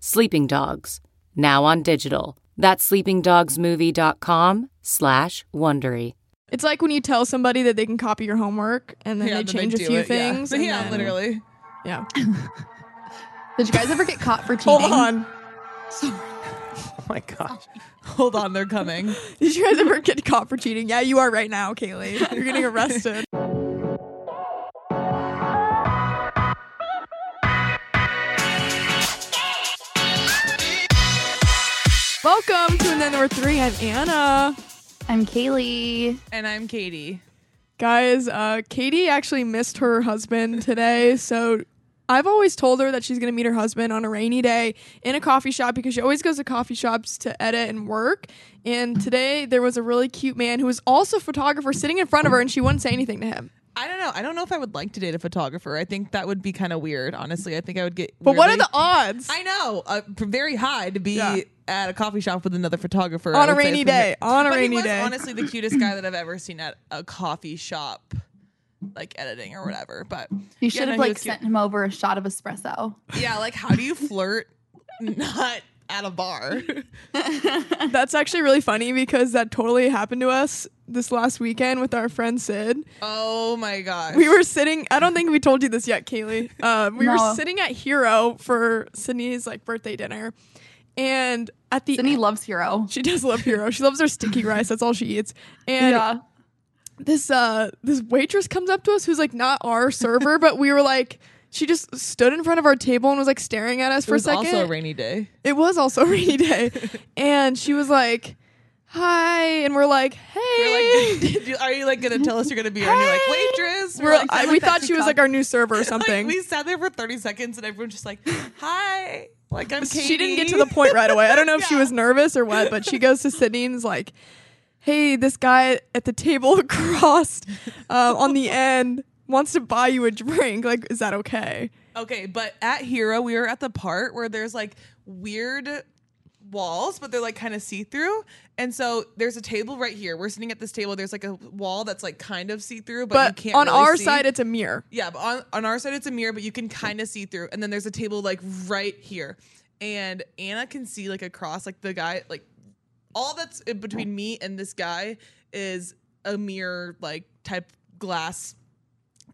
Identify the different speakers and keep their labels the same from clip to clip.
Speaker 1: Sleeping Dogs, now on digital. That's sleepingdogsmovie.com slash Wondery.
Speaker 2: It's like when you tell somebody that they can copy your homework and then they change a few things.
Speaker 3: Yeah,
Speaker 2: and
Speaker 3: yeah
Speaker 2: then-
Speaker 3: literally.
Speaker 2: Yeah.
Speaker 4: Did you guys ever get caught for cheating?
Speaker 3: Hold on.
Speaker 5: Oh my gosh.
Speaker 3: Hold on, they're coming.
Speaker 2: Did you guys ever get caught for cheating? Yeah, you are right now, Kaylee. You're getting arrested. Welcome to And Then There Were Three. I'm Anna.
Speaker 4: I'm Kaylee.
Speaker 3: and I'm Katie.
Speaker 2: Guys, uh, Katie actually missed her husband today. So I've always told her that she's going to meet her husband on a rainy day in a coffee shop because she always goes to coffee shops to edit and work. And today there was a really cute man who was also a photographer sitting in front of her and she wouldn't say anything to him.
Speaker 3: I don't know. I don't know if I would like to date a photographer. I think that would be kind of weird. Honestly, I think I would get.
Speaker 2: But what are
Speaker 3: weirdly-
Speaker 2: the odds?
Speaker 3: I know. Uh, p- very high to be
Speaker 2: Yeah.
Speaker 3: at a coffee shop with another photographer
Speaker 2: On
Speaker 3: I
Speaker 2: a
Speaker 3: would say
Speaker 2: rainy
Speaker 3: it's been-
Speaker 2: day. On a
Speaker 3: but
Speaker 2: rainy
Speaker 3: he was
Speaker 2: day.
Speaker 3: honestly the cutest guy that I've ever seen at a coffee shop, like editing or whatever. But
Speaker 4: You
Speaker 3: yeah,
Speaker 4: should
Speaker 3: no,
Speaker 4: have
Speaker 3: he
Speaker 4: like
Speaker 3: was cute.
Speaker 4: sent him over a shot of espresso.
Speaker 3: Yeah, like how do you flirt not at a bar?
Speaker 2: That's actually really funny because that totally happened to us this last weekend with our friend Sid.
Speaker 3: oh my gosh.
Speaker 2: We were sitting. I don't think we told you this yet, Kaylee. Uh, we were
Speaker 4: No.
Speaker 2: sitting at Hero for Sydney's like birthday dinner, and at the
Speaker 4: Sydney loves Hero.
Speaker 2: she does love Hero. she loves her sticky rice. That's all she eats. And
Speaker 4: Yeah.
Speaker 2: this uh this waitress comes up to us who's like not our server, but we were like. She just stood in front of our table and was like staring at us
Speaker 3: It
Speaker 2: for
Speaker 3: was
Speaker 2: a second.
Speaker 3: also a rainy day.
Speaker 2: it was also a rainy day, and she was like, "Hi," and we're like, "Hey."
Speaker 3: You're like, did you, are you like gonna tell us you're gonna be? here? And you're like waitress.
Speaker 2: We're-
Speaker 3: like,
Speaker 2: I-
Speaker 3: sounds
Speaker 2: we
Speaker 3: like that
Speaker 2: thought
Speaker 3: should
Speaker 2: she was
Speaker 3: come.
Speaker 2: like our new server or something.
Speaker 3: Like, we sat there for 30 seconds and everyone's just like, hi. Like, I'm Katie.
Speaker 2: She didn't get to the point right away. I don't know if she
Speaker 3: Yeah.
Speaker 2: was nervous or what, but she goes to Sydney and is like, "Hey, this guy at the table across uh, on the end wants to buy you a drink. Like, is that okay?"
Speaker 3: Okay, but at Hero, we were at the part where there's like weird walls, but they're like kind of see through. And so there's a table right here. We're sitting at this table. There's like a wall that's like kind of see through, but,
Speaker 2: But
Speaker 3: you can't
Speaker 2: on
Speaker 3: really
Speaker 2: our
Speaker 3: see.
Speaker 2: side, it's a mirror.
Speaker 3: Yeah, but on, on our side it's a mirror, but you can kind of see through. And then there's a table like right here. And Anna can see like across like the guy like all that's in between me and this guy is a mirror like type glass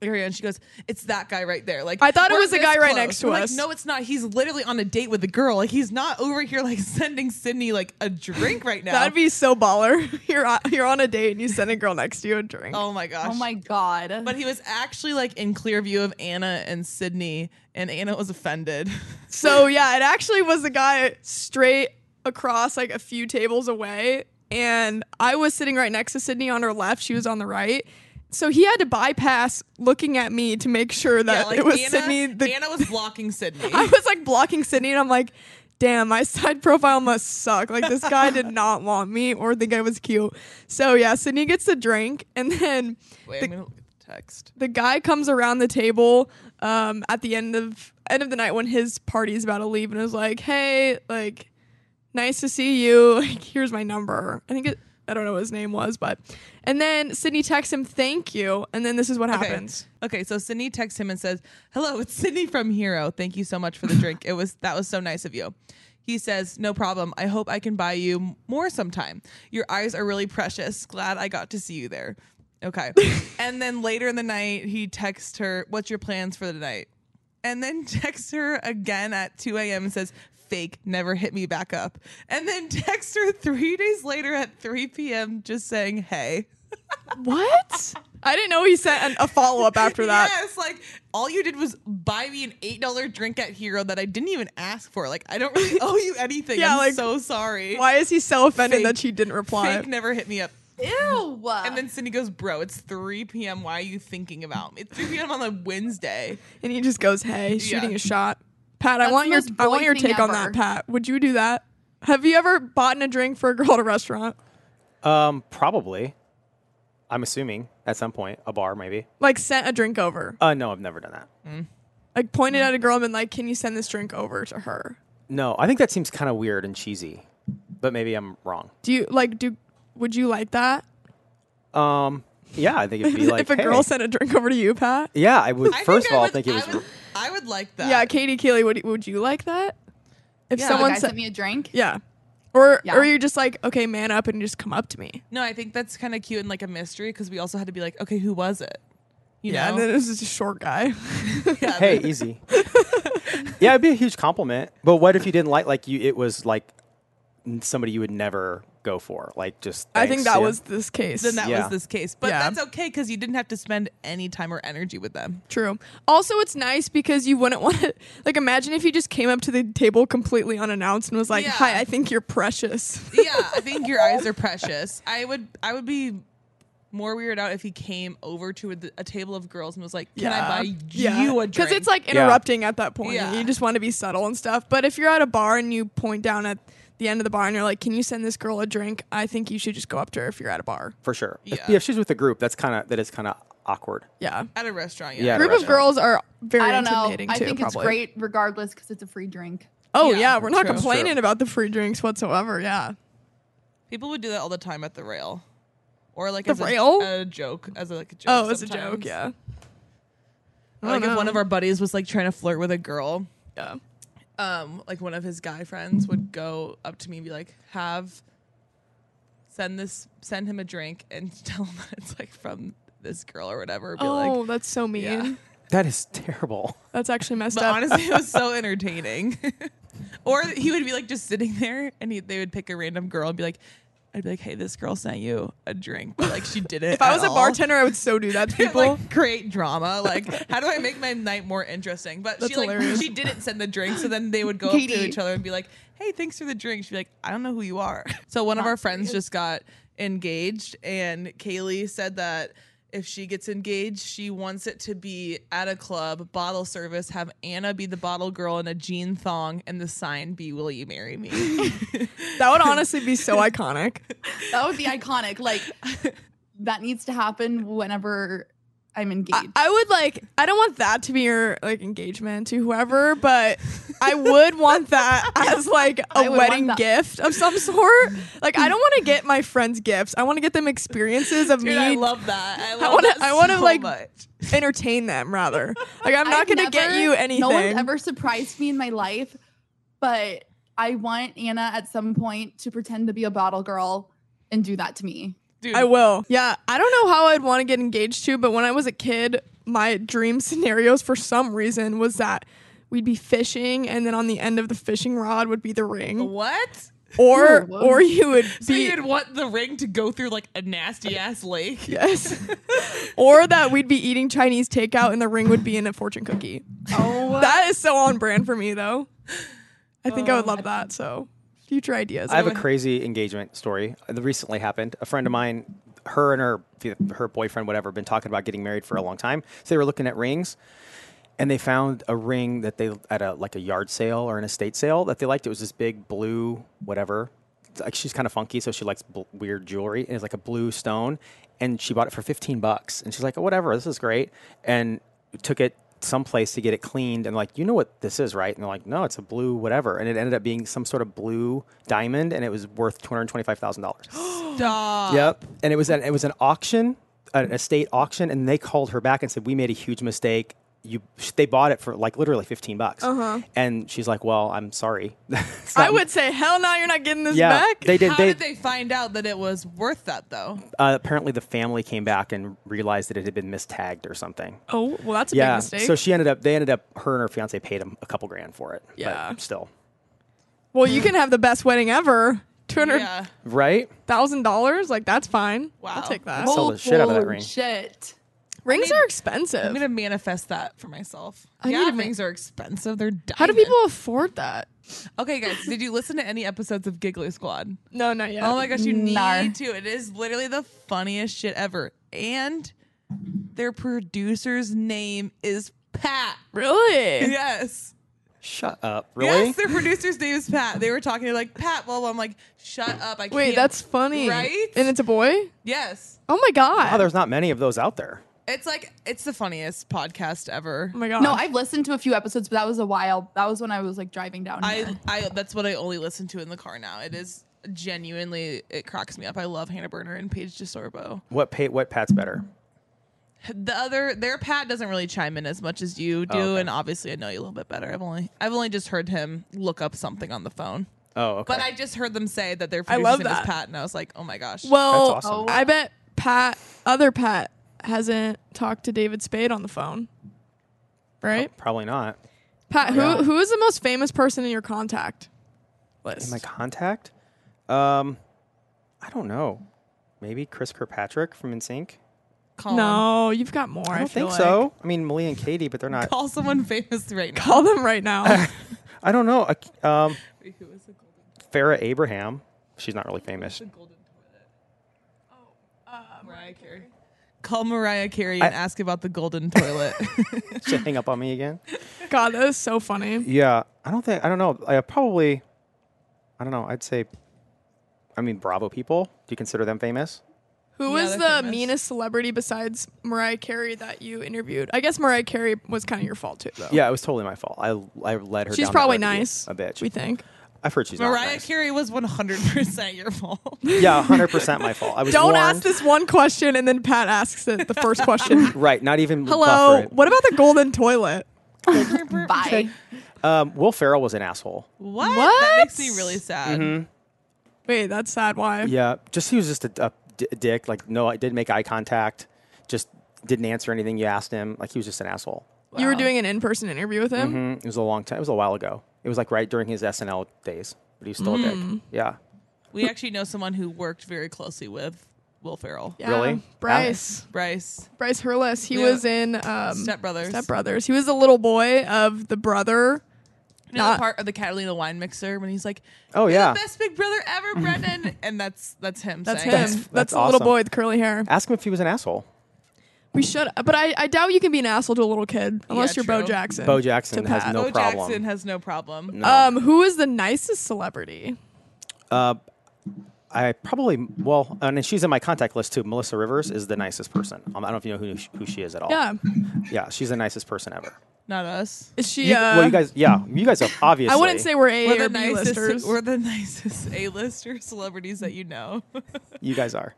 Speaker 3: area and she goes it's that guy right there like
Speaker 2: I thought it
Speaker 3: we're
Speaker 2: was the
Speaker 3: this
Speaker 2: guy right
Speaker 3: close.
Speaker 2: next to
Speaker 3: We're like,
Speaker 2: us.
Speaker 3: no it's not he's literally on a date with a girl like he's not over here like sending sydney like a drink right now
Speaker 2: That'd be so baller. You're on, you're on a date and you send a girl next to you a drink.
Speaker 3: oh my gosh
Speaker 4: Oh my god.
Speaker 3: but he was actually like in clear view of Anna and Sydney, and Anna was offended.
Speaker 2: So yeah, it actually was the guy straight across like a few tables away, and I was sitting right next to Sydney on her left. She was on the right. So he had to bypass looking at me to make sure that it was Sydney. The,
Speaker 3: Anna was blocking Sydney.
Speaker 2: I was like blocking Sydney, and I'm like, damn, my side profile must suck. Like this guy did not want me or think I was cute. So yeah, Sydney gets the drink, and then
Speaker 3: Wait,
Speaker 2: the-
Speaker 3: I'm gonna look at the text.
Speaker 2: the guy comes around the table um, at the end of end of the night when his party's about to leave and is like, "Hey, like, nice to see you. Like, here's my number." I think it, I don't know what his name was, but and then Sydney texts him, "Thank you," and then this is what happens.
Speaker 3: Okay, so Sydney texts him and says, "Hello, it's Sydney from Hero. Thank you so much for the drink. It was that was so nice of you." He says, "No problem. I hope I can buy you m- more sometime. Your eyes are really precious. Glad I got to see you there." Okay. and then later in the night, he texts her, "What's your plans for the night?" And then texts her again at 2 a.m. and says, fake, never hit me back up. And then text her three days later at 3 p.m. just saying, hey.
Speaker 2: What? I didn't know he sent an, a follow up after that.
Speaker 3: Yes, like all you did was buy me an eight dollar drink at Hero that I didn't even ask for. Like I don't really owe you anything.
Speaker 2: Yeah,
Speaker 3: I'm
Speaker 2: like,
Speaker 3: so sorry.
Speaker 2: Why is he so offended
Speaker 3: Fake-
Speaker 2: that she didn't reply?
Speaker 3: Fake never hit me up.
Speaker 4: Ew.
Speaker 3: And then Cindy goes, "Bro, it's 3 p.m. Why are you thinking about me? It's 3 p.m. on a Wednesday.
Speaker 2: and he just goes, "Hey, shooting
Speaker 3: Yeah.
Speaker 2: a shot." Pat, I
Speaker 4: That's
Speaker 2: want
Speaker 4: the
Speaker 2: your
Speaker 4: most
Speaker 2: I want
Speaker 4: boy
Speaker 2: your
Speaker 4: thing
Speaker 2: take on that,
Speaker 4: ever.
Speaker 2: Pat. Would you do that? Have you ever bought a drink for a girl at a restaurant?
Speaker 5: Um, probably. I'm assuming at some point a bar maybe.
Speaker 2: Like sent a drink over.
Speaker 5: Uh, no, I've never done that.
Speaker 2: Like pointed at a girl and been like, "Can you send this drink over to her?"
Speaker 5: No, I think that seems kind of weird and cheesy, but maybe I'm wrong.
Speaker 2: Do you like do would you like that?
Speaker 5: Um, yeah, I think it'd be like
Speaker 2: if a
Speaker 5: hey.
Speaker 2: girl sent a drink over to you, Pat?
Speaker 5: Yeah, I would.
Speaker 3: I
Speaker 5: first of all,
Speaker 3: would-
Speaker 5: think it was.
Speaker 3: I would, I would like that.
Speaker 2: Yeah, Katie Keeley, would would you like that? If
Speaker 3: Yeah.
Speaker 2: someone
Speaker 4: guy
Speaker 2: sent
Speaker 4: sent me a drink.
Speaker 2: Yeah. Or
Speaker 4: Yeah.
Speaker 2: or you're just like, okay, man up and just come up to me.
Speaker 3: No, I think that's kind of cute and like a mystery because we also had to be like, okay, who was it? You
Speaker 2: Yeah,
Speaker 3: know?
Speaker 2: and then this is a short guy.
Speaker 3: Yeah,
Speaker 5: hey, easy. yeah, it'd be a huge compliment. But what if you didn't like like you? It was like n- somebody you would never go for. Like just.
Speaker 2: I think
Speaker 5: thanks,
Speaker 2: that
Speaker 5: you know?
Speaker 2: was this case.
Speaker 3: then that
Speaker 5: Yeah.
Speaker 3: was this case. But
Speaker 2: Yeah.
Speaker 3: that's okay because you didn't have to spend any time or energy with them.
Speaker 2: True. Also, it's nice because you wouldn't want to like imagine if you just came up to the table completely unannounced and was like,
Speaker 3: Yeah.
Speaker 2: "Hi, I think you're precious."
Speaker 3: yeah, I think your eyes are precious. I would I would be more weirded out if he came over to a, a table of girls and was like, "Can I buy you a drink?"
Speaker 2: Because it's like
Speaker 5: Yeah.
Speaker 2: interrupting at that point.
Speaker 3: Yeah.
Speaker 2: You just want to be subtle and stuff. But if you're at a bar and you point down at the end of the bar and you're like, "Can you send this girl a drink?" I think you should just go up to her if you're at a bar.
Speaker 5: for sure. If-
Speaker 3: Yeah.
Speaker 5: Yeah. if she's with a group, that's kind of that is kind of awkward.
Speaker 2: Yeah.
Speaker 3: at a restaurant.
Speaker 5: Yeah.
Speaker 3: Yeah,
Speaker 5: At a
Speaker 2: Group of
Speaker 5: restaurant.
Speaker 2: girls are very
Speaker 4: I don't know.
Speaker 2: intimidating
Speaker 4: I
Speaker 2: too.
Speaker 4: think it's
Speaker 2: probably.
Speaker 4: great regardless because it's a free drink.
Speaker 2: Oh yeah,
Speaker 3: Yeah,
Speaker 2: we're not
Speaker 3: true.
Speaker 2: complaining
Speaker 5: True.
Speaker 2: about the free drinks whatsoever. Yeah.
Speaker 3: people would do that all the time at the rail, or like
Speaker 2: The
Speaker 3: as a-
Speaker 2: rail?
Speaker 3: a, joke, as a, like a joke.
Speaker 2: Oh, it's a
Speaker 3: sometimes.
Speaker 2: joke. Yeah. Oh,
Speaker 3: Or, like
Speaker 2: don't
Speaker 3: if one
Speaker 2: know.
Speaker 3: of our buddies was like trying to flirt with a girl,
Speaker 2: Yeah.
Speaker 3: um, like one of his guy friends would go up to me and be like, "Have send this, send him a drink, and tell him that it's like from this girl or whatever." Be
Speaker 2: Oh,
Speaker 3: like,
Speaker 2: that's so mean.
Speaker 3: Yeah.
Speaker 5: That is terrible.
Speaker 2: That's actually messed
Speaker 3: But
Speaker 2: up.
Speaker 3: honestly, it was so entertaining. or he would be like just sitting there, and he, they would pick a random girl and be like, "I'd be like, hey, this girl sent you a drink, but like she didn't."
Speaker 2: if I
Speaker 3: at
Speaker 2: was a
Speaker 3: all."
Speaker 2: bartender, I would so do that to
Speaker 3: It,
Speaker 2: people.
Speaker 3: like create drama. Like, how do I make my night more interesting? But
Speaker 2: That's
Speaker 3: she like
Speaker 2: hilarious.
Speaker 3: she didn't send the drink, so then they would go up to
Speaker 4: Katie.
Speaker 3: each other and be like, "Hey, thanks for the drink." She'd be like, "I don't know who you are." So one of our friends just got engaged, and Kaylee said that. If she gets engaged, she wants it to be at a club, bottle service, have Anna be the bottle girl in a jean thong, and the sign be Will you marry me?
Speaker 2: that would honestly be so iconic.
Speaker 4: That would be iconic. Like that needs to happen whenever I'm
Speaker 2: I,
Speaker 4: engaged.
Speaker 2: I would like. I don't want that to be your like engagement to whoever, but I would want that as like
Speaker 4: I
Speaker 2: a
Speaker 4: would want
Speaker 2: wedding
Speaker 4: that.
Speaker 2: gift of some sort. Like I don't want to get my friends gifts. I want to get them experiences of
Speaker 3: Dude,
Speaker 2: me
Speaker 3: I love that. I love
Speaker 2: wanna-
Speaker 3: that
Speaker 2: I wanna,
Speaker 3: so
Speaker 2: like,
Speaker 3: much.
Speaker 2: entertain them rather. Like I'm not
Speaker 4: I've
Speaker 2: gonna get
Speaker 4: never-
Speaker 2: you anything.
Speaker 4: No one's ever surprised me in my life, but I want Anna at some point to pretend to be a bottle girl and do that to me.
Speaker 3: Dude,
Speaker 2: I will. Yeah, I don't know how I'd want to get engaged to, but when I was a kid, my dream scenarios for some reason was that we'd be fishing and then on the end of the fishing rod would be the ring
Speaker 3: what?
Speaker 2: or
Speaker 4: Oh, whoa.
Speaker 2: or you would
Speaker 3: So
Speaker 2: be
Speaker 3: you'd want the ring to go through like a nasty ass lake.
Speaker 2: yes or that we'd be eating chinese takeout and the ring would be in a fortune cookie
Speaker 4: Oh,
Speaker 2: that is so on brand for me though i think i would love that so future ideas
Speaker 5: I have a crazy engagement story that recently happened. A friend of mine, her and her her boyfriend, whatever, been talking about getting married for a long time. So they were looking at rings, and they found a ring that they at a like a yard sale or an estate sale that they liked. It was this big blue whatever. It's Like she's kind of funky, so she likes bl- weird jewelry, and it's like a blue stone. And she bought it for fifteen bucks, and she's like, "Oh, whatever, this is great." And took it someplace to get it cleaned, and like, you know what this is, right? And they're like, "No, it's a blue whatever," and it ended up being some sort of blue diamond, and it was worth two hundred twenty-five thousand dollars.
Speaker 3: Stop.
Speaker 5: Yep. And it was an it was an auction, an estate auction, and they called her back and said, "We made a huge mistake. You they bought it for like literally fifteen bucks." Uh-huh. And she's like, "Well, I'm sorry." It's
Speaker 2: i
Speaker 5: not-
Speaker 2: would say hell no you're not getting this
Speaker 5: Yeah,
Speaker 2: back
Speaker 5: they did.
Speaker 3: How
Speaker 5: They,
Speaker 3: did they find out that it was worth that though?
Speaker 5: uh, apparently the family came back and realized that it had been mistagged or something.
Speaker 2: oh well that's a big
Speaker 5: yeah.
Speaker 2: mistake
Speaker 5: So she ended up. They ended up. Her and her fiance paid him a couple grand for it.
Speaker 2: Yeah.
Speaker 5: But still.
Speaker 2: Well, you can have the best wedding ever. Two hundred
Speaker 3: Yeah.
Speaker 5: right?
Speaker 2: thousand dollars, like that's fine.
Speaker 3: Wow.
Speaker 2: I'll take that.
Speaker 5: That's- sell the shit out of that
Speaker 4: Holy
Speaker 5: ring.
Speaker 4: Shit.
Speaker 2: Rings
Speaker 3: I mean-
Speaker 2: are
Speaker 3: I'm
Speaker 2: expensive.
Speaker 3: gonna manifest that for myself.
Speaker 2: I
Speaker 3: yeah,
Speaker 2: need to ma-
Speaker 3: rings are expensive. They're diamond.
Speaker 2: How do people afford that?
Speaker 3: Okay, guys, did you listen to any episodes of Giggly Squad?
Speaker 2: No, not yet.
Speaker 3: Oh my gosh, you
Speaker 4: Nar.
Speaker 3: need to. It is literally the funniest shit ever. And their producer's name is Pat.
Speaker 2: really?
Speaker 3: Yes.
Speaker 5: Shut up. Really?
Speaker 3: Yes, their producer's name is Pat. They were talking to like Pat. Well, I'm like, shut up. I
Speaker 2: Wait,
Speaker 3: can't.
Speaker 2: that's funny.
Speaker 3: Right?
Speaker 2: And it's a boy?
Speaker 3: yes.
Speaker 2: Oh my god.
Speaker 5: Wow, there's not many of those out there.
Speaker 3: It's like it's the funniest podcast ever.
Speaker 2: oh my god.
Speaker 4: No, I've listened to a few episodes, but that was a while. That was when I was like driving down.
Speaker 3: I
Speaker 4: here.
Speaker 3: I that's what I only listen to in the car now. It is genuinely it cracks me up. I love Hannah Berner and Paige DeSorbo.
Speaker 5: What pay, What Pat's better?
Speaker 3: The other their Pat doesn't really chime in as much as you do,
Speaker 5: okay.
Speaker 3: and obviously I know you a little bit better. I've only I've only just heard him look up something on the phone.
Speaker 5: Oh, okay.
Speaker 3: But I just heard them say that their
Speaker 2: I
Speaker 3: producer's
Speaker 2: love
Speaker 3: name is
Speaker 2: that.
Speaker 3: Pat, and I was like, oh my gosh.
Speaker 2: well,
Speaker 5: That's awesome.
Speaker 2: I bet Pat, other Pat, hasn't talked to David Spade on the phone. Right?
Speaker 5: Probably not.
Speaker 2: Pat, who who is the most famous person in your contact list?
Speaker 5: In my contact? Um, I don't know. Maybe Chris Kirkpatrick from NSYNC?
Speaker 3: call
Speaker 2: no, you've got more.
Speaker 5: I
Speaker 2: I,
Speaker 5: don't think
Speaker 2: feel like.
Speaker 5: so. I mean, Malia and Katie, but they're
Speaker 3: him.
Speaker 5: not.
Speaker 3: call someone famous right now.
Speaker 2: Call them right now.
Speaker 5: I don't know. I- Um,
Speaker 3: Wait, who is the golden,
Speaker 5: Farrah Abraham. She's not really famous.
Speaker 3: the golden toilet? Oh, uh, Mariah Carey. Call Mariah Carey and
Speaker 5: I-
Speaker 3: ask about the golden toilet.
Speaker 5: She hang up on me again.
Speaker 2: god, that is so funny.
Speaker 5: Yeah, I don't think. I don't know. I uh, probably. I don't know. I'd say. I mean, Bravo people. Do you consider them famous?
Speaker 2: Who
Speaker 3: Yeah,
Speaker 2: is
Speaker 3: they're
Speaker 2: the
Speaker 3: famous.
Speaker 2: meanest celebrity besides Mariah Carey that you interviewed? I guess Mariah Carey was kind of your fault too, though.
Speaker 5: Yeah, it was totally my fault. I I led her.
Speaker 2: she's
Speaker 5: down that
Speaker 2: probably
Speaker 5: road to be
Speaker 2: nice.
Speaker 5: A bitch.
Speaker 2: We think.
Speaker 5: I've heard she's not
Speaker 3: Mariah
Speaker 5: nice.
Speaker 3: Carey was 100% your fault.
Speaker 5: Yeah, hundred percent my fault. I was
Speaker 2: Don't
Speaker 5: warned.
Speaker 2: ask this one question and then Pat asks it the first question.
Speaker 5: Right, not even
Speaker 2: Hello,
Speaker 5: buffer
Speaker 2: what about the golden toilet?
Speaker 4: Bye.
Speaker 5: it. Um, Will Ferrell was an asshole.
Speaker 3: What? That
Speaker 2: What?
Speaker 3: makes me really sad.
Speaker 5: Mm-hmm.
Speaker 2: Wait, that's sad. Why?
Speaker 5: Yeah, just he was just a, a d- a dick. Like, no, I didn't make eye contact. Just didn't answer anything you asked him. Like, he was just an asshole.
Speaker 2: You were
Speaker 3: Wow.
Speaker 2: doing an in-person interview with him.
Speaker 5: Mm, It was a long time. It was a while ago. It was like right during his SNL days, but he was still a
Speaker 2: Mm.
Speaker 5: dick. Yeah.
Speaker 3: We actually know someone who worked very closely with Will Ferrell.
Speaker 2: Yeah.
Speaker 5: Really?
Speaker 2: Bryce.
Speaker 3: Bryce,
Speaker 2: Bryce Hurlis. He
Speaker 3: Yeah.
Speaker 2: was in um,
Speaker 3: Step Brothers.
Speaker 2: Step Brothers. He was the little boy of the brother.
Speaker 3: You know
Speaker 2: Not-
Speaker 3: that part of the Catalina wine mixer when he's like,
Speaker 5: Oh
Speaker 3: "You're
Speaker 5: yeah.
Speaker 3: the best big brother ever, Brendan," and that's that's him.
Speaker 2: That's him.
Speaker 3: saying,
Speaker 2: That's,
Speaker 5: that's
Speaker 2: the little
Speaker 5: awesome.
Speaker 2: boy with curly hair.
Speaker 5: Ask him if he was an asshole.
Speaker 2: We should, but I, I doubt you can be an asshole to a little kid unless
Speaker 3: Yeah,
Speaker 2: you're Bo
Speaker 3: true.
Speaker 2: Jackson.
Speaker 5: Bo Jackson
Speaker 2: To
Speaker 5: has
Speaker 2: Pat.
Speaker 5: no
Speaker 3: Bo
Speaker 5: problem.
Speaker 3: Jackson has no problem.
Speaker 5: No.
Speaker 2: Um, who is the nicest celebrity?
Speaker 5: I probably well, and she's in my contact list too. Melissa Rivers is the nicest person. Um, I don't know if you know who, sh- who she is at all.
Speaker 2: Yeah,
Speaker 5: yeah, she's the nicest person ever.
Speaker 3: Not us.
Speaker 2: is she?
Speaker 5: You-
Speaker 2: uh,
Speaker 5: well, you guys, yeah, you guys have obviously.
Speaker 2: I wouldn't say we're A
Speaker 3: We're
Speaker 2: or
Speaker 3: the
Speaker 2: B
Speaker 3: nicest.
Speaker 2: listers.
Speaker 3: We're the nicest A-lister celebrities that you know.
Speaker 5: you guys are.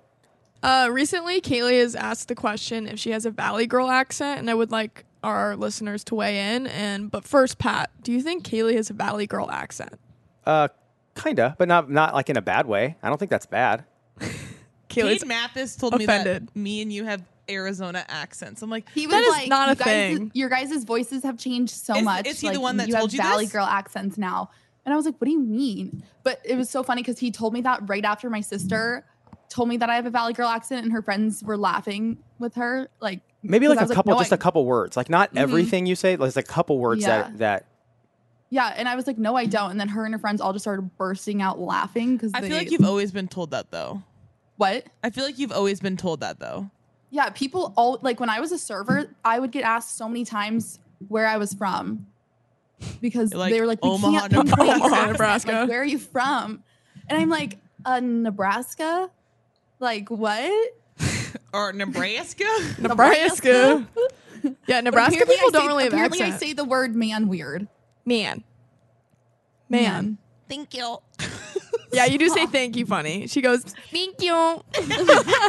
Speaker 2: Uh, recently, Kaylee has asked the question if she has a Valley Girl accent, and I would like our listeners to weigh in. And but first, Pat, do you think Kaylee has a Valley Girl accent?
Speaker 5: Uh, kinda, but not not like in a bad way. I don't think that's bad.
Speaker 3: Kate
Speaker 2: Kaylee's
Speaker 3: Mathis told me
Speaker 2: offended.
Speaker 3: that me and you have Arizona accents. I'm like,
Speaker 4: He was
Speaker 2: That is
Speaker 4: like,
Speaker 2: not
Speaker 4: you
Speaker 2: a
Speaker 4: guys,
Speaker 2: thing.
Speaker 4: Your guys' voices have changed so
Speaker 3: Is-
Speaker 4: much.
Speaker 3: is he the
Speaker 4: like,
Speaker 3: one that
Speaker 4: you
Speaker 3: told
Speaker 4: have
Speaker 3: you
Speaker 4: Valley
Speaker 3: this?"
Speaker 4: Girl accents now? And I was like, what do you mean? But it was so funny because he told me that right after my sister told me that I have a Valley Girl accent, and her friends were laughing with her. Like
Speaker 5: Maybe
Speaker 4: 'cause
Speaker 5: like
Speaker 4: I
Speaker 5: a
Speaker 4: was
Speaker 5: couple,
Speaker 4: "No,
Speaker 5: just
Speaker 4: I-
Speaker 5: a couple words. Like not everything you say. Like a couple words
Speaker 4: Yeah.
Speaker 5: that that.
Speaker 4: Yeah, and I was like, no, I don't. And then her and her friends all just started bursting out laughing because
Speaker 3: I
Speaker 4: they
Speaker 3: feel like you've always been told that though.
Speaker 4: what?
Speaker 3: I feel like you've always been told that though.
Speaker 4: Yeah, people all like when I was a server, I would get asked so many times where I was from because
Speaker 3: Like,
Speaker 4: they were like, we
Speaker 3: Omaha,
Speaker 4: can't pinpoint
Speaker 3: Nebraska.
Speaker 4: your accent. Like,
Speaker 2: Nebraska.
Speaker 4: where are you from? And I'm like, uh, Nebraska. Like what?
Speaker 3: Or Nebraska?
Speaker 2: Nebraska. yeah,
Speaker 4: But
Speaker 2: Nebraska
Speaker 4: apparently I
Speaker 2: people don't
Speaker 4: say-
Speaker 2: really have
Speaker 4: Apparently,
Speaker 2: accents.
Speaker 4: I say the word man weird.
Speaker 2: man. Man.
Speaker 3: Thank you.
Speaker 2: Yeah, you do say thank you funny. She goes, thank you.
Speaker 3: yeah.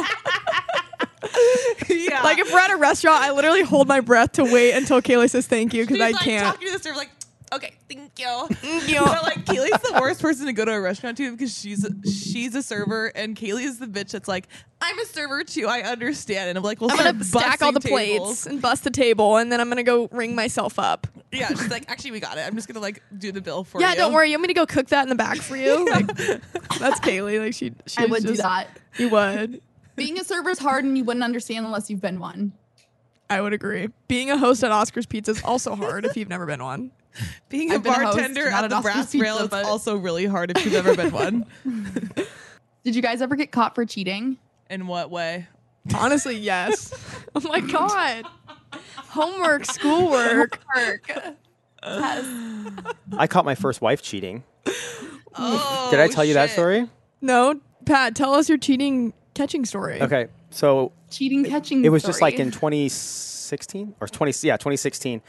Speaker 2: Like if we're at a restaurant, I literally hold my breath to wait until Kaylee says thank you because I
Speaker 3: She's, like,
Speaker 2: can't.
Speaker 3: talking to the server like okay, thank you. Thank you. But like Kaylee's the worst person to go to a restaurant to because she's she's a server and Kaylee is the bitch that's like, I'm a server too. I understand. And I'm like, well,
Speaker 2: I'm gonna
Speaker 3: start
Speaker 2: stack all the
Speaker 3: busing tables.
Speaker 2: plates and bust the table, and then I'm gonna go ring myself up.
Speaker 3: Yeah, she's like, actually, we got it. I'm just gonna like do the bill for
Speaker 2: yeah,
Speaker 3: you.
Speaker 2: don't worry. You want me to go cook that in the back for you? Like, that's Kaylee. Like she, she
Speaker 4: I would do
Speaker 2: just-
Speaker 4: that.
Speaker 2: You would.
Speaker 4: Being a server is hard, and you wouldn't understand unless you've been one.
Speaker 2: I would agree. Being a host at Oscars Pizza is also hard if you've never been one.
Speaker 3: Being a
Speaker 4: I've been a host,
Speaker 3: bartender at
Speaker 4: not an
Speaker 3: the
Speaker 4: Oscar
Speaker 3: brass rail
Speaker 4: pizza,
Speaker 3: is
Speaker 4: but-
Speaker 3: also really hard if you've ever been one.
Speaker 4: Did you guys ever get caught for cheating?
Speaker 3: In what way?
Speaker 2: Honestly, yes. oh my god. Homework, schoolwork.
Speaker 5: I caught my first wife cheating.
Speaker 3: Oh,
Speaker 5: Did I tell you that
Speaker 3: shit.
Speaker 5: story?
Speaker 2: No, Pat, tell us your cheating catching story.
Speaker 5: Okay, so
Speaker 4: Cheating, catching.
Speaker 5: it was just like
Speaker 4: story.
Speaker 5: in 2016 or 20 yeah 2016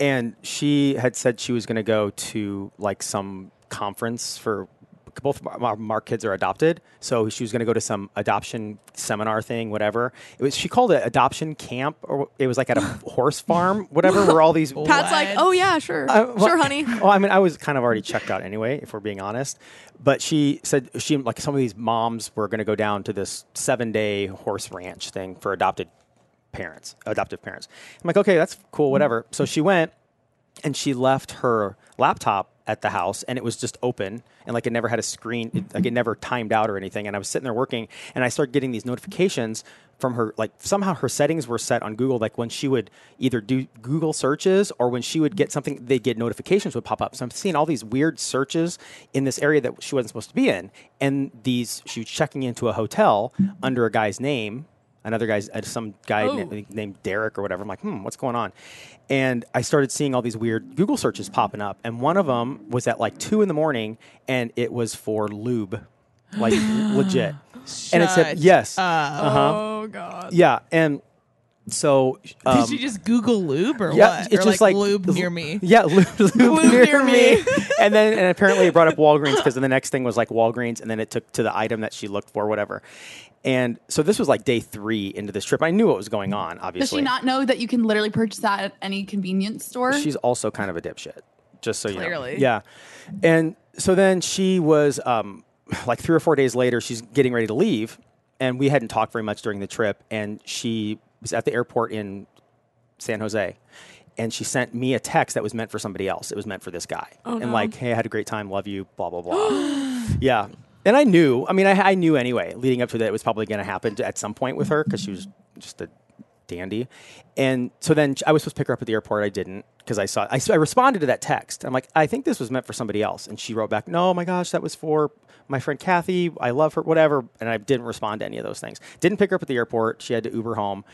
Speaker 5: and she had said she was going to go to like some conference for both of our, our kids are adopted so she was going to go to some adoption seminar thing whatever it was she called it adoption camp or it was like at a horse farm whatever where all these
Speaker 2: Pat's like,
Speaker 3: What?
Speaker 2: oh yeah, sure,
Speaker 5: uh, well-
Speaker 2: sure, honey.
Speaker 5: Well, I mean, I was kind of already checked out anyway, if we're being honest. But she said she like some of these moms were going to go down to this seven day horse ranch thing for adopted parents, adoptive parents. I'm like, okay, that's cool, whatever.
Speaker 2: Mm-hmm.
Speaker 5: So she went and she left her laptop at the house and it was just open and like it never had a screen it, like it never timed out or anything and i was sitting there working and i started getting these notifications from her like somehow her settings were set on google like when she would either do google searches or when she would get something they'd get notifications would pop up so i'm seeing all these weird searches in this area that she wasn't supposed to be in and these she was checking into a hotel under a guy's name another guy's uh, some guy na- named Derek or whatever. I'm like, hmm, what's going on? And I started seeing all these weird Google searches popping up, and one of them was at like two in the morning, and it was for lube, like legit. and it said
Speaker 3: Shut
Speaker 5: yes, uh-huh,
Speaker 2: Oh god.
Speaker 5: yeah, and so um,
Speaker 3: Did you just Google lube or
Speaker 5: yeah,
Speaker 3: what?
Speaker 5: it's
Speaker 3: or
Speaker 5: just
Speaker 3: like,
Speaker 5: like,
Speaker 3: lube
Speaker 5: l-
Speaker 3: near me.
Speaker 5: Yeah, lube, lube, near,
Speaker 2: near
Speaker 5: me.
Speaker 2: me.
Speaker 5: and then and apparently it brought up Walgreens because then the next thing was like Walgreens, and then it took to the item that she looked for, whatever. And so this was like day three into this trip. I knew what was going on.
Speaker 4: Does
Speaker 5: Obviously,
Speaker 4: she not know that you can literally purchase that at any convenience store?
Speaker 5: She's also kind of a dipshit. Just so you
Speaker 3: Clearly.
Speaker 5: know. Yeah. And so then she was um, like three or four days later, she's getting ready to leave. And we hadn't talked very much during the trip. And she was at the airport in San Jose. And she sent me a text that was meant for somebody else. It was meant for this guy. and like, hey, I had a great time. Love you. Blah, blah, blah. yeah. And I knew, I mean, I, I knew anyway, leading up to that, it was probably going to happen to- at some point with her because she was just a dandy. And so then I was supposed to pick her up at the airport. I didn't because I saw I, s- I responded to that text. I'm like, I think this was meant for somebody else. And she wrote back, No, my gosh, that was for my friend Kathy. I love her, whatever. And I didn't respond to any of those things. Didn't pick her up at the airport. She had to Uber home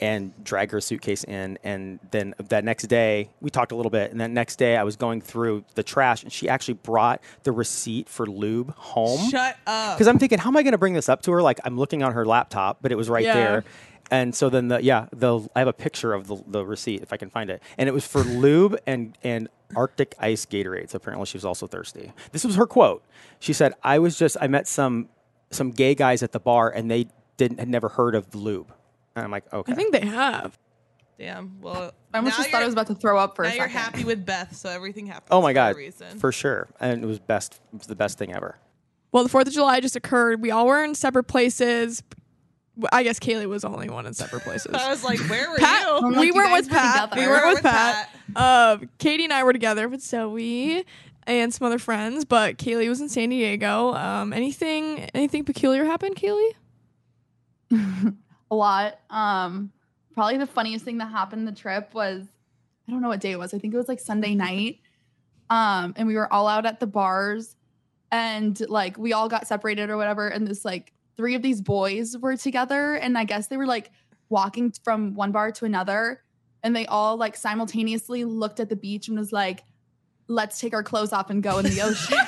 Speaker 5: and drag her suitcase in. And then that next day, we talked a little bit. And that next day, I was going through the trash, and she actually brought the receipt for lube home
Speaker 3: Shut up.
Speaker 5: because I'm thinking, how am I going to bring this up to her? Like I'm looking on her laptop, but it was right
Speaker 2: Yeah.
Speaker 5: there. And so then the yeah the I have a picture of the, the receipt if I can find it, and it was for lube and and Arctic Ice Gatorades. Apparently, she was also thirsty. This was her quote. She said, "I was just I met some some gay guys at the bar, and they didn't had never heard of lube." And I'm like, okay,
Speaker 2: I think they have.
Speaker 3: Damn. Well,
Speaker 4: I almost
Speaker 3: now
Speaker 4: just thought I
Speaker 3: you're-
Speaker 4: was about to throw up for
Speaker 3: Now
Speaker 4: a
Speaker 3: you're
Speaker 4: second.
Speaker 3: happy with Beth, so everything happens.
Speaker 5: oh my god,
Speaker 3: for a reason.
Speaker 5: for sure, and it was best, it was the best thing ever.
Speaker 2: Well, the Fourth of July just occurred. We all were in separate places. Well, I guess Kaylee was the only one in separate places.
Speaker 3: I was like, where were
Speaker 2: Pat,
Speaker 3: you?
Speaker 4: like,
Speaker 2: we
Speaker 4: you
Speaker 2: weren't
Speaker 4: guys
Speaker 2: with
Speaker 4: were
Speaker 2: Pat.
Speaker 4: together.
Speaker 2: We weren't with Pat. Uh, Katie and I were together with Zoe and some other friends, but Kaylee was in San Diego. Um, anything anything peculiar happened, Kaylee?
Speaker 4: a lot. Um, probably the funniest thing that happened the trip was I don't know what day it was. I think it was like Sunday night. Um, and we were all out at the bars and like we all got separated or whatever. And this like three of these boys were together. And I guess they were like walking from one bar to another. And they all like simultaneously looked at the beach and was like, let's take our clothes off and go in the ocean.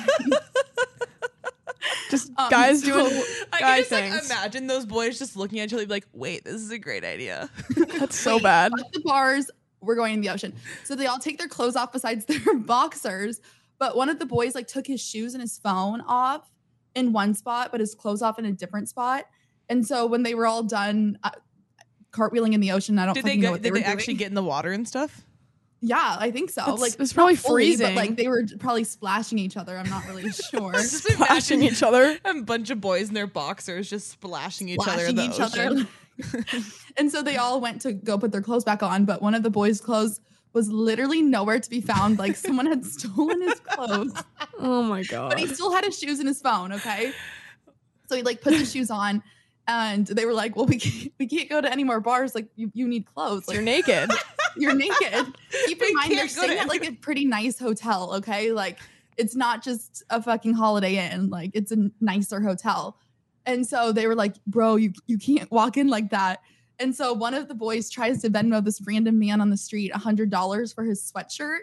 Speaker 2: Just
Speaker 4: Um,
Speaker 2: guys
Speaker 4: so-
Speaker 2: doing
Speaker 3: I
Speaker 2: guy
Speaker 3: can just like
Speaker 2: things.
Speaker 3: imagine those boys just looking at each other, like, wait, this is a great idea.
Speaker 2: that's so bad.
Speaker 4: Fuck the bars. We're going in the ocean. So they all take their clothes off besides their boxers. But one of the boys like took his shoes and his phone off in one spot, but his clothes off in a different spot. And so when they were all done uh, cartwheeling in the ocean, I don't
Speaker 3: Did they
Speaker 4: fucking know
Speaker 3: go,
Speaker 4: what
Speaker 3: did
Speaker 4: they,
Speaker 3: they
Speaker 4: were
Speaker 3: actually
Speaker 4: doing.
Speaker 3: get in the water and stuff?
Speaker 4: Yeah, I think so.
Speaker 2: It's-
Speaker 4: like
Speaker 2: it's probably
Speaker 4: not fully,
Speaker 2: freezing.
Speaker 4: but like they were probably splashing each other. I'm not really sure.
Speaker 3: Just
Speaker 2: Splashing
Speaker 3: imagine
Speaker 2: each other.
Speaker 3: a bunch of boys in their boxers just splashing each other in the
Speaker 4: Splashing
Speaker 3: ocean.
Speaker 4: and so they all went to go put their clothes back on, but one of the boys' clothes was literally nowhere to be found. Like someone had stolen his clothes,
Speaker 2: Oh my god.
Speaker 4: but he still had his shoes and his phone. Okay, so he like put his shoes on, and they were like, "Well, we can't, we can't go to any more bars. Like you, you need clothes. Like
Speaker 2: You're naked.
Speaker 4: you're naked. Keep
Speaker 3: We
Speaker 4: in mind they're
Speaker 3: can't go to
Speaker 4: staying at like a pretty nice hotel, okay? Like it's not just a fucking holiday inn, like it's a nicer hotel. And so they were like, bro, you you can't walk in like that. And so one of the boys tries to Venmo this random man on the street hundred dollars for his sweatshirt,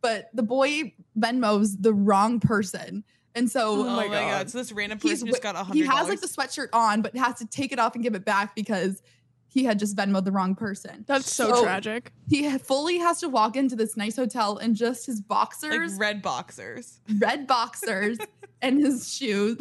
Speaker 4: but the boy Venmos the wrong person. And so
Speaker 3: Oh, my god. So this random person just
Speaker 4: wi-
Speaker 3: got a hundred
Speaker 4: he has like
Speaker 3: dollars.
Speaker 4: the sweatshirt on, but has to take it off and give it back because he had just Venmoed the wrong person
Speaker 2: That's so,
Speaker 4: So-
Speaker 2: tragic.
Speaker 4: he ha- fully has to walk into this nice hotel in just his
Speaker 3: Like
Speaker 4: boxers,
Speaker 3: red boxers.
Speaker 4: red boxers, and his shoes.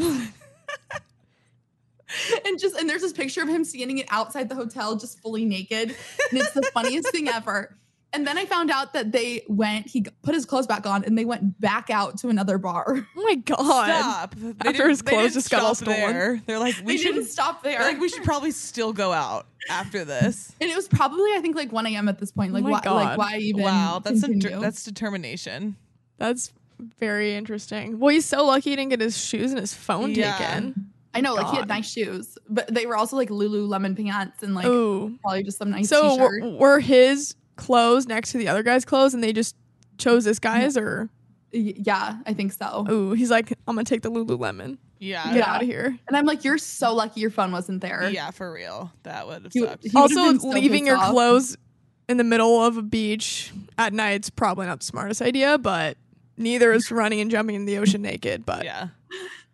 Speaker 4: and just and there's this picture of him standing it outside the hotel just fully naked and it's the funniest thing ever and then i found out that they went he g- put his clothes back on and they went back out to another bar
Speaker 2: Oh my god.
Speaker 3: Stop. They
Speaker 2: After
Speaker 3: didn't-
Speaker 2: his
Speaker 3: they
Speaker 2: clothes
Speaker 3: didn't
Speaker 2: just got all
Speaker 3: stop
Speaker 2: stolen.
Speaker 3: there. They're like, we
Speaker 4: we
Speaker 3: should
Speaker 4: didn't stop there
Speaker 3: like we should probably still go out after this.
Speaker 4: and it was probably i think like 1 a.m at this point
Speaker 2: Oh
Speaker 4: like
Speaker 2: my
Speaker 4: why
Speaker 2: God.
Speaker 4: like why even
Speaker 3: Wow, that's a,
Speaker 4: continue?
Speaker 3: that's determination.
Speaker 2: That's very interesting. Well, he's so lucky he didn't get his shoes and his phone
Speaker 3: Yeah.
Speaker 2: taken.
Speaker 4: i know like he had
Speaker 2: God.
Speaker 4: nice shoes but they were also like lululemon pants and like
Speaker 2: Ooh.
Speaker 4: probably just some nice
Speaker 2: So
Speaker 4: t-shirt.
Speaker 2: were, were his clothes next to the other guy's clothes, and they just chose this
Speaker 4: Mm-hmm.
Speaker 2: guy's, or
Speaker 4: Y- yeah, I think so.
Speaker 2: ooh, he's like, I'm gonna take the Lululemon.
Speaker 3: Yeah.
Speaker 2: Get
Speaker 4: Yeah.
Speaker 2: out of here.
Speaker 4: And I'm like, you're so lucky your phone wasn't there.
Speaker 3: Yeah, for real. That would have
Speaker 4: He-
Speaker 3: sucked.
Speaker 4: he would've
Speaker 2: also,
Speaker 4: been so
Speaker 2: leaving
Speaker 4: pissed
Speaker 2: your
Speaker 4: off.
Speaker 2: clothes in the middle of a beach at night's probably not the smartest idea, but neither is running and jumping in the ocean naked. But
Speaker 3: Yeah.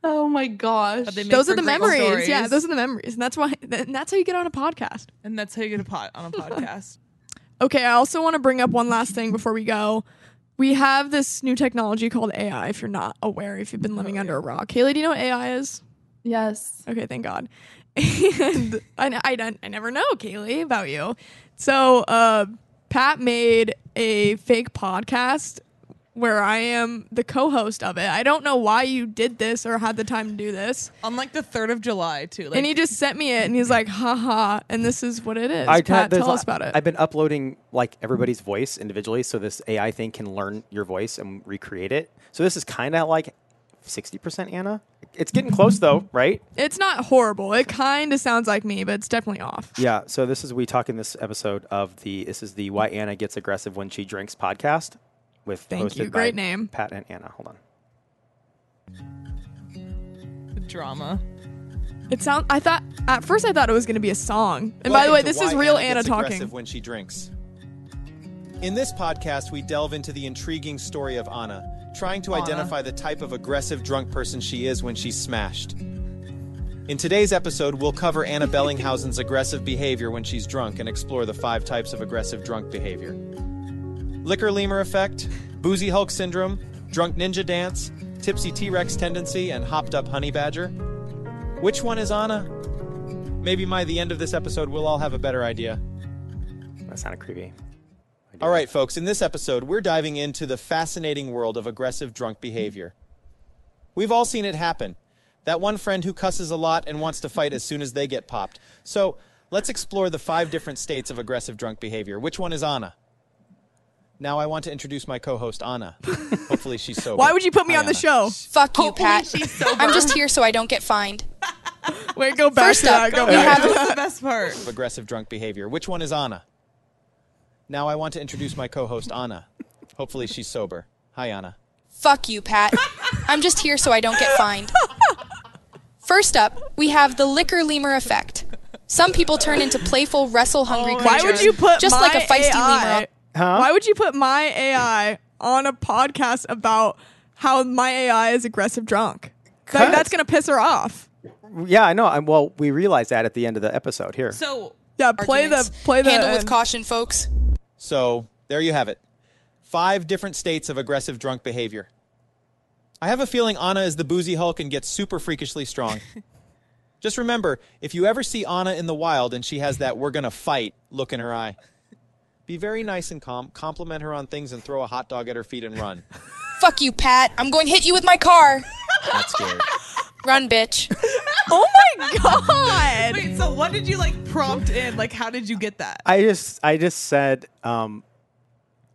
Speaker 4: Oh my gosh.
Speaker 3: But they make
Speaker 2: those
Speaker 3: for
Speaker 2: are the
Speaker 3: great
Speaker 2: memories. Yeah,
Speaker 3: stories.
Speaker 2: those are the memories, and that's why. And that's how you get on a podcast.
Speaker 3: And that's how you get a pot on a podcast.
Speaker 2: Okay, I also want to bring up one last thing before we go. We have this new technology called AI. If you're not aware, if you've been living
Speaker 3: Oh,
Speaker 2: under a rock, Haley, do you know what AI is?
Speaker 4: yes.
Speaker 2: Okay, thank God. And I, I don't, I never know, Kaylee, about you. So, uh, Pat made a fake podcast where I am the co-host of it. I don't know why you did this or had the time to do this.
Speaker 3: on like the third of July too. Like,
Speaker 2: and he just sent me it, and he's like, "Haha!" And this is what it is.
Speaker 5: I
Speaker 2: Pat,
Speaker 5: there's
Speaker 2: tell
Speaker 5: a-
Speaker 2: us about it.
Speaker 5: I've been uploading like everybody's voice individually, so this AI thing can learn your voice and recreate it. So this is kind of like sixty percent Anna. It's getting close though, right?
Speaker 2: It's not horrible. It kind of sounds like me, but it's definitely off.
Speaker 5: Yeah. So this is we talk in this episode of the this is the Why Anna Gets Aggressive When She Drinks podcast with
Speaker 2: Thank
Speaker 5: hosted
Speaker 2: you.
Speaker 5: by
Speaker 2: Great name.
Speaker 5: Pat and Anna. Hold on.
Speaker 3: the drama.
Speaker 2: It sound. I thought at first I thought it was going to be a song. And by
Speaker 6: Welcome
Speaker 2: the way,
Speaker 6: to
Speaker 2: this
Speaker 6: Why
Speaker 2: is real Anna
Speaker 6: Anna Gets Aggressive
Speaker 2: talking.
Speaker 6: When she drinks. In this podcast, we delve into the intriguing story of Anna, trying to identify the type of aggressive drunk person she is when she's smashed. In today's episode, we'll cover Anna Bellinghausen's aggressive behavior when she's drunk and explore the five types of aggressive drunk behavior liquor lemur effect, boozy Hulk syndrome, drunk ninja dance, tipsy T Rex tendency, and hopped up honey badger. Which one is Anna? Maybe by the end of this episode, we'll all have a better idea.
Speaker 5: That sounded creepy.
Speaker 6: All right, folks, in this episode, we're diving into the fascinating world of aggressive drunk behavior. We've all seen it happen. That one friend who cusses a lot and wants to fight as soon as they get popped. So let's explore the five different states of aggressive drunk behavior. Which one is Anna? Now I want to introduce my co-host Anna. Hopefully she's sober.
Speaker 2: Why would you put me
Speaker 6: Hi,
Speaker 2: on the show?
Speaker 6: Anna.
Speaker 7: Fuck you, Pat. I'm just here so I don't get fined.
Speaker 2: Wait, go back
Speaker 7: First
Speaker 2: to that.
Speaker 7: up,
Speaker 2: Go
Speaker 7: we
Speaker 2: back.
Speaker 7: have-
Speaker 3: That was the best part.
Speaker 6: of aggressive drunk behavior. Which one is Anna? Now I want to introduce my co-host Anna. Hopefully she's sober. Hi Anna.
Speaker 7: Fuck you, Pat. I'm just here so I don't get fined. First up, we have the liquor lemur effect. Some people turn into playful, wrestle hungry
Speaker 2: Oh, Why
Speaker 7: creatures.
Speaker 2: would you put
Speaker 7: just
Speaker 2: my
Speaker 7: like a feisty
Speaker 2: AI?
Speaker 7: lemur?
Speaker 2: Why would you put my AI on a podcast about how my AI is aggressive drunk? Like,
Speaker 5: Cut.
Speaker 2: that's going to piss her off.
Speaker 5: Yeah, I know. I'm, well, we realized that at the end of the episode here.
Speaker 3: So
Speaker 2: Yeah, play the
Speaker 7: Arguments.
Speaker 2: play the
Speaker 7: handle with
Speaker 2: end.
Speaker 7: caution, folks.
Speaker 6: So there you have it. Five different states of aggressive drunk behavior. I have a feeling Anna is the boozy Hulk and gets super freakishly strong. Just remember, if you ever see Anna in the wild and she has that we're gonna fight look in her eye, Be very nice and calm, compliment her on things, and throw a hot dog at her feet and run.
Speaker 7: Fuck you, Pat. I'm going to hit you with my car.
Speaker 6: That's scary.
Speaker 7: Run, bitch.
Speaker 2: Oh my god!
Speaker 3: Wait, so what did you like prompt in? Like, how did you get that?
Speaker 5: I just I just said um,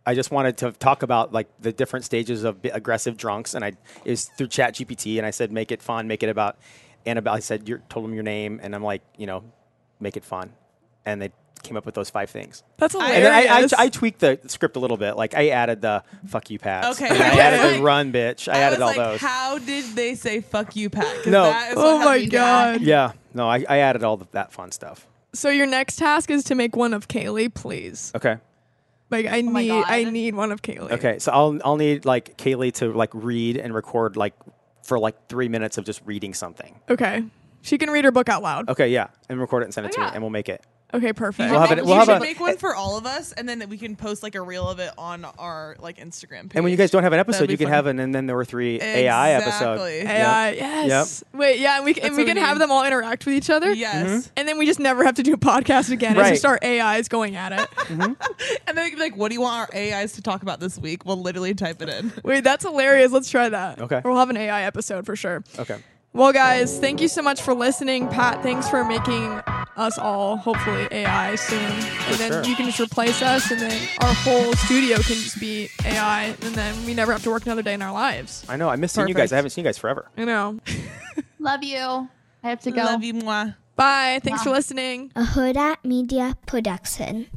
Speaker 5: I just wanted to talk about like the different stages of bi- aggressive drunks, and I it was through Chat GPT, and I said make it fun, make it about Annabelle. I said your told them your name, and I'm like you know make it fun, and they came up with those five things.
Speaker 2: That's
Speaker 3: I-
Speaker 5: And then I, I,
Speaker 2: hilarious.
Speaker 5: I tweaked the script a little bit. Like I added the "fuck you, Pat."
Speaker 3: Okay,
Speaker 5: And I
Speaker 3: I
Speaker 5: added
Speaker 3: was
Speaker 5: the
Speaker 3: like-
Speaker 5: "run, bitch." I, added
Speaker 3: was
Speaker 5: all
Speaker 3: like,
Speaker 5: those.
Speaker 3: How did they say "fuck you, Pat"? 'Cause
Speaker 5: No.
Speaker 3: that is what
Speaker 2: oh
Speaker 3: had
Speaker 2: my
Speaker 3: me-
Speaker 2: god!
Speaker 5: Yeah, no, I, I added all of that fun stuff.
Speaker 2: So your next task is to make one of Kaylee, please.
Speaker 5: Okay,
Speaker 2: Like
Speaker 3: Oh
Speaker 2: I
Speaker 4: my
Speaker 2: need,
Speaker 4: God.
Speaker 2: I need one of Kaylee.
Speaker 5: okay. So I'll I'll need like Kaylee to like read and record like for like three minutes of just reading something.
Speaker 2: Okay. She can read her book out loud.
Speaker 5: Okay, yeah, and record it and
Speaker 3: Oh,
Speaker 5: send it to me,
Speaker 4: yeah.
Speaker 5: and we'll make it.
Speaker 2: Okay, perfect.
Speaker 5: We'll have it.
Speaker 3: You
Speaker 5: We'll have
Speaker 3: should
Speaker 5: a.
Speaker 3: make one for all of us, and then we can post like a reel of it on our like Instagram. Page.
Speaker 5: And when you guys don't have an
Speaker 3: That'd
Speaker 5: episode,
Speaker 3: be
Speaker 5: you can
Speaker 3: fun.
Speaker 5: have an and then there were three AI episode.
Speaker 3: Exactly.
Speaker 2: AI, yes. Wait, yeah, and we, and
Speaker 3: what
Speaker 2: we
Speaker 3: we
Speaker 2: can have
Speaker 3: need.
Speaker 2: them all interact with each other.
Speaker 5: Mm-hmm.
Speaker 3: Yes.
Speaker 2: And then we just never have to do a podcast again. It's
Speaker 5: Right.
Speaker 2: just our AIs going at it.
Speaker 3: And then we can be like, what do you want our AIs to talk about this week? We'll literally type it in.
Speaker 2: Wait, that's hilarious. Let's try that.
Speaker 5: Okay.
Speaker 2: We'll have an AI episode for sure.
Speaker 5: Okay.
Speaker 2: Well, guys, thank you so much for listening. Pat, thanks for making us all hopefully AI soon. And then
Speaker 5: sure.
Speaker 2: you can just replace us, and then our whole studio can just be AI, and then we never have to work another day in our lives.
Speaker 5: I know. I miss seeing you guys.
Speaker 2: Perfect.
Speaker 5: I haven't seen you guys forever.
Speaker 2: You know.
Speaker 4: Love you. I have to go.
Speaker 3: Love you, moi.
Speaker 2: Bye. Thanks for
Speaker 4: Wow.
Speaker 2: listening.
Speaker 8: A Huda Media Production.